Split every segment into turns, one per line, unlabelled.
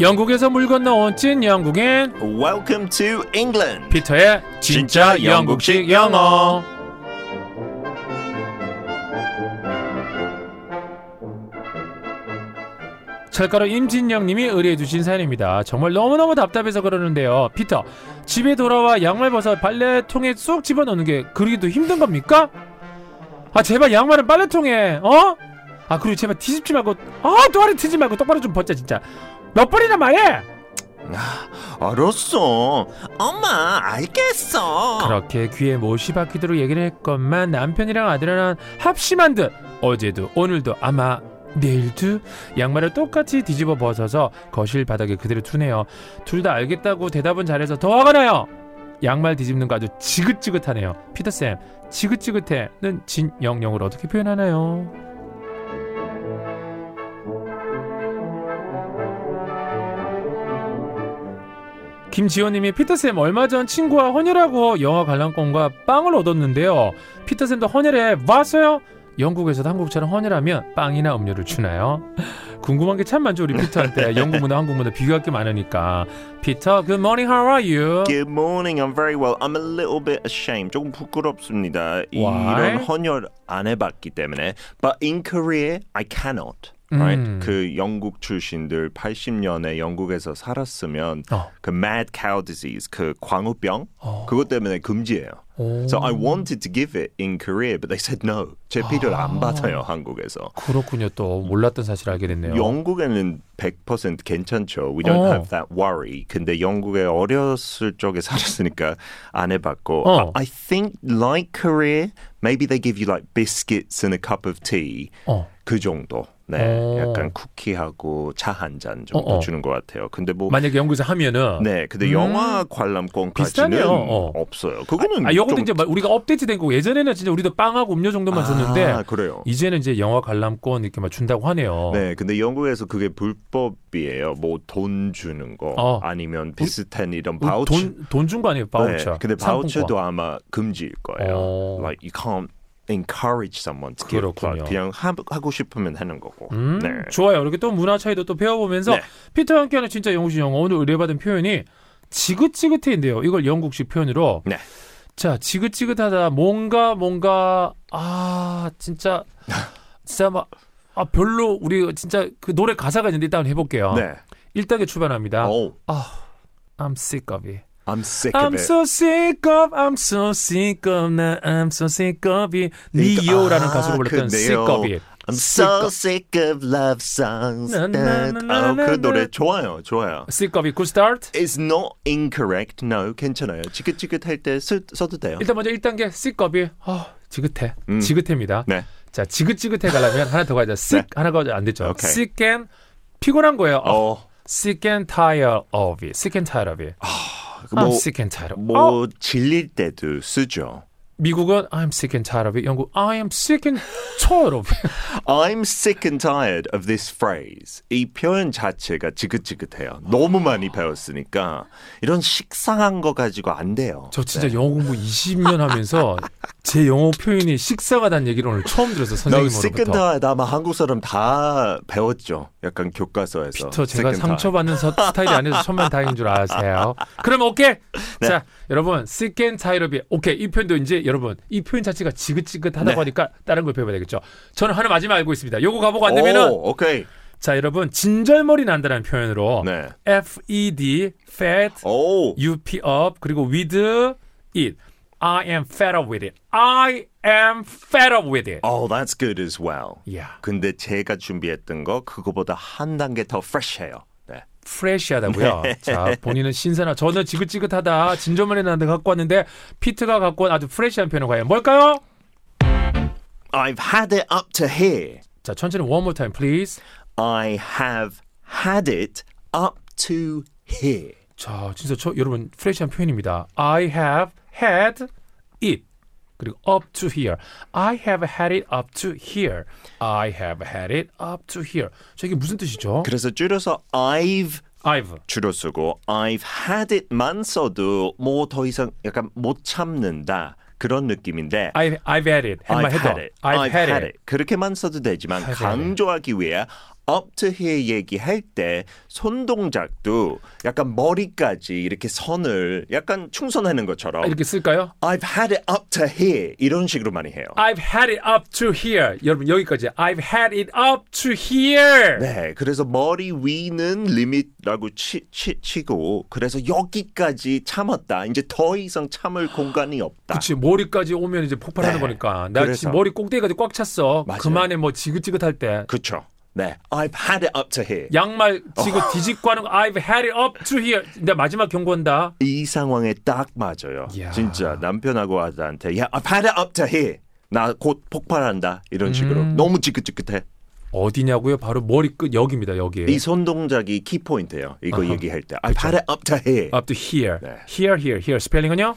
영국에서 물 건너 온찐 영국인
Welcome to England.
피터의 진짜 영국식 영어. 철가루 임진영님이 의뢰해주신 사연입니다. 정말 너무너무 답답해서 그러는데요. 피터, 집에 돌아와 양말 벗어 빨래통에 쏙 집어넣는 게 그리도 힘든 겁니까? 아 제발 양말은 빨래통에 어? 아 그리고 제발 뒤집지 말고 아 도아리 트지 말고 똑바로 좀 벗자 진짜 몇 번이나 말해!
알았어. 엄마, 알겠어.
그렇게 귀에 못이 박히도록 얘기를 했건만 남편이랑 아들이랑 합심한 듯 어제도 오늘도 아마 내일도 양말을 똑같이 뒤집어 벗어서 거실 바닥에 그대로 두네요. 둘 다 알겠다고 대답은 잘해서 더 화가 나요. 양말 뒤집는 거 아주 지긋지긋하네요. 피터쌤, 지긋지긋해는 진영영을 어떻게 표현하나요? 김지호님이 피터쌤 얼마 전 친구와 헌혈하고 영화 관람권과 빵을 얻었는데요. 피터쌤도 헌혈해 봤어요? 영국에서도 한국처럼 헌혈하면 빵이나 음료를 주나요? 궁금한 게 참 많죠 우리 피터한테 영국 문화 한국 문화 비교할 게 많으니까 피터 Good morning how are you?
Good morning. I'm very well. I'm a little bit ashamed. 조금 부끄럽습니다.
Why?
이런 헌혈 안 해봤기 때문에. But in Korea, I cannot. Right?
음.
그 영국 출신들 80년에 영국에서 살았으면
어.
그 mad cow disease, 그 광우병
어.
그것 때문에 금지예요.
오.
So I wanted to give it in Korea, but they said no. 제 필요를 안 받아요 한국에서.
그렇군요 또 몰랐던 사실 알게 됐네요.
영국에는 100% 괜찮죠. We don't
어.
have that worry. 근데 영국에 어렸을 적에 살았으니까 안 해봤고.
어.
I think like Korea, maybe they give you like biscuits and a cup of tea.
어.
그 정도. 네,
어.
약간 쿠키하고 차 한 잔 정도
어, 어.
주는 것 같아요. 근데 뭐
만약에 영국에서 하면은
네, 근데
음.
영화 관람권까지는
비슷하네요. 어.
없어요. 그거는
아 요것도
좀-
이제 막 우리가 업데이트된 거고 예전에는 진짜 우리도 빵하고 음료 정도만 줬는데
아, 그래요.
이제는 어. 이제 영화 관람권 이렇게 막 준다고 하네요.
네, 근데 영국에서 그게 불법이에요. 뭐 돈 주는 거
어.
아니면 비슷한 이런
돈
바우처.
돈 준 거 아니에요 바우처.
네, 근데
상품권.
바우처도 아마 금지일 거예요.
어.
Like you can't encourage someone to give
그렇군요.
blood. 그냥 하, 하고 싶으면 하는 거고.
음,
네.
좋아요. 이렇게 또 문화 차이도 또 배워보면서
네.
피터와 함께하는 진짜 영국식 영어 오늘 의뢰받은 표현이 지긋지긋해인데요. 이걸 영국식 표현으로
네.
자 지긋지긋하다 뭔가 뭔가 아 진짜 진짜 막 아, 별로 우리 진짜 그 노래 가사가 있는데 일단 해볼게요.
네.
일단계 출발합니다.
Oh,
아, I'm sick of it.
I'm sick
I'm
of it.
so sick of, I'm so sick of, 나 I'm so sick of it.
그러니까-
니요라는
아,
가수로 불렀던
그네요.
sick of it.
I'm
sick
so
of-
sick of love songs.
나, 나, 나, 나,
아,
나,
그
나.
노래 좋아요, 좋아요.
Sick of it. Good start.
It's not incorrect. No, 괜찮아요. 지긋지긋할 때 쓰, 써도 돼요.
일단 먼저 1단계 sick of it. 아, 지긋해.
음.
지긋해입니다.
네.
자, 지긋지긋해 가려면 하나 더 가자. sick 하나가 안 됐죠.
오케이.
sick and 피곤한 거예요. 어.
어,
sick and tired of it. sick and tired of it.
뭐,
I'm 아, sick 어. and tired. of
뭐 질릴 때도 쓰죠.
미국은 I'm sick and tired of it. 영국 I am sick and tired of it.
I'm sick and tired of this phrase. 이 표현 자체가 지긋지긋해요. 너무 많이 배웠으니까 이런 식상한 거 가지고 안 돼요.
저 진짜 영어 공부 20년 하면서 제 영어 표현이 식상하다는 얘기를 오늘 처음 들어서
No, sick and
선생님으로부터.
tired 아마 한국 사람 다 배웠죠. 약간 교과서에서.
저 제가
sick and tired.
상처받는 서- 스타일이 아니라서 천만 다행인 줄 아세요. 그럼 오케이.
네.
자, 여러분 sick and tired of it. 오케이. 이 표현도 이제 여러분 이 표현 자체가 지긋지긋하다고
네.
하니까 다른 걸 배워야 되겠죠. 저는 하나 마지막 알고 있습니다. 요거 가보고 안 되면은
오, 오케이.
자, 여러분 진절머리 난다는 표현으로
네.
F E D fat
오.
you p up 그리고 with it. I am fed up with it. I am fed up with it.
Oh, that's good as well.
Yeah.
근데 제가 준비했던 거 그거보다 한 단계 더 fresh해요. 네.
프레시하다고요. 자, 본인은 신선한 저는 지긋지긋하다. 진저머리 나는데 갖고 왔는데 피트가 갖고 온 아주 프레시한 표현은 과연 뭘까요?
I've had it up to here.
자, 천천히 one more time please.
I have had it up to here.
자, 진짜 저 여러분 프레시한 표현입니다. I have had it 그리고 up to here. I have had it up to here. I have had it up to here. 저 이게 무슨 뜻이죠?
그래서 줄여서 I've
I've
줄여 쓰고 I've had it만 써도 뭐 더 이상 약간 못 참는다. 그런 느낌인데
I've, I've had it. 한 말
I've
해도.
had it.
I've, had, it.
그렇게만 써도 되지만
had it.
강조하기 위해 up to here 얘기할 때 손동작도 약간 머리까지 이렇게 선을 약간 충선하는 것처럼
이렇게 쓸까요?
I've had it up to here 이런 식으로 많이 해요.
I've had it up to here. 여러분 여기까지. I've had it up to here.
네, 그래서 머리 위는 리밋라고 치, 고 그래서 여기까지 참았다. 이제 더 이상 참을 공간이
아,
없다.
그치 머리까지 오면 이제 폭발하는
네.
거니까 나
그래서-
지금 머리 꼭대기까지 꽉 찼어
맞아요.
그만해 뭐 지긋지긋할 때
그쵸? 네, I've had it up to here.
양말 지금
어.
뒤집고 하는 거 I've had it up to here 내 마지막 경고한다
이 상황에 딱 맞아요.
이야.
진짜 남편하고 아들한테 야, I've had it up to here. 나 곧 폭발한다. 이런 식으로
음.
너무 지긋지긋해.
어디냐고요 바로 머리 끝 여기입니다 여기
이 손동작이 키포인트예요. 이거 얘기할 때 I've had it up to here.
up to here
네.
here here here 스펠링은요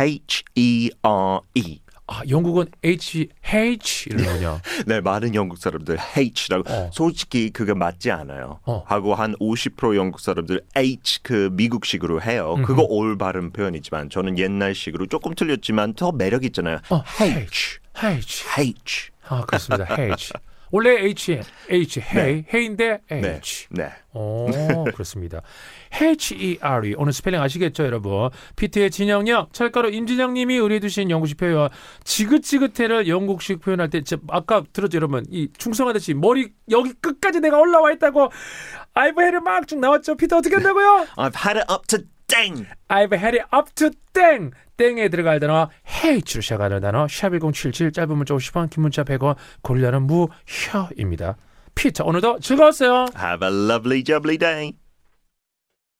H E R E.
아 영국은 H H 이러군요
네, 많은 영국 사람들 H라고
어.
솔직히 그게 맞지 않아요.
어.
하고 한 50% 영국 사람들 H 그 미국식으로 해요. 그거 올바른 표현이지만 저는 옛날식으로 조금 틀렸지만 더 매력 있잖아요.
어,
H
H
H.
아 그렇습니다 H 원래 H H hey hey인데
네.
H
네.
오, 그렇습니다. H-E-R-E. E. 오늘 스펠링 아시겠죠, 여러분? 피트의 진영역, 철가루 임진영님이 의뢰해주신 영국식 표현. 지긋지긋해를 영국식 표현할 때, 진짜 아까 들었죠, 여러분? 이 충성하듯이 머리, 여기 끝까지 내가 올라와 있다고. I've had it 막쭉 나왔죠. 피트 어떻게 한다고요?
I've had it up to 땡.
I've had it up to 땡! 땡에 들어갈 단어, H로 시작하는 단어, 샵1077, 짧은 문자 50원, 긴 문자 100원, 고리라는 무혀입니다. 피터, 오늘도 즐거웠어요.
Have a lovely jubbly day.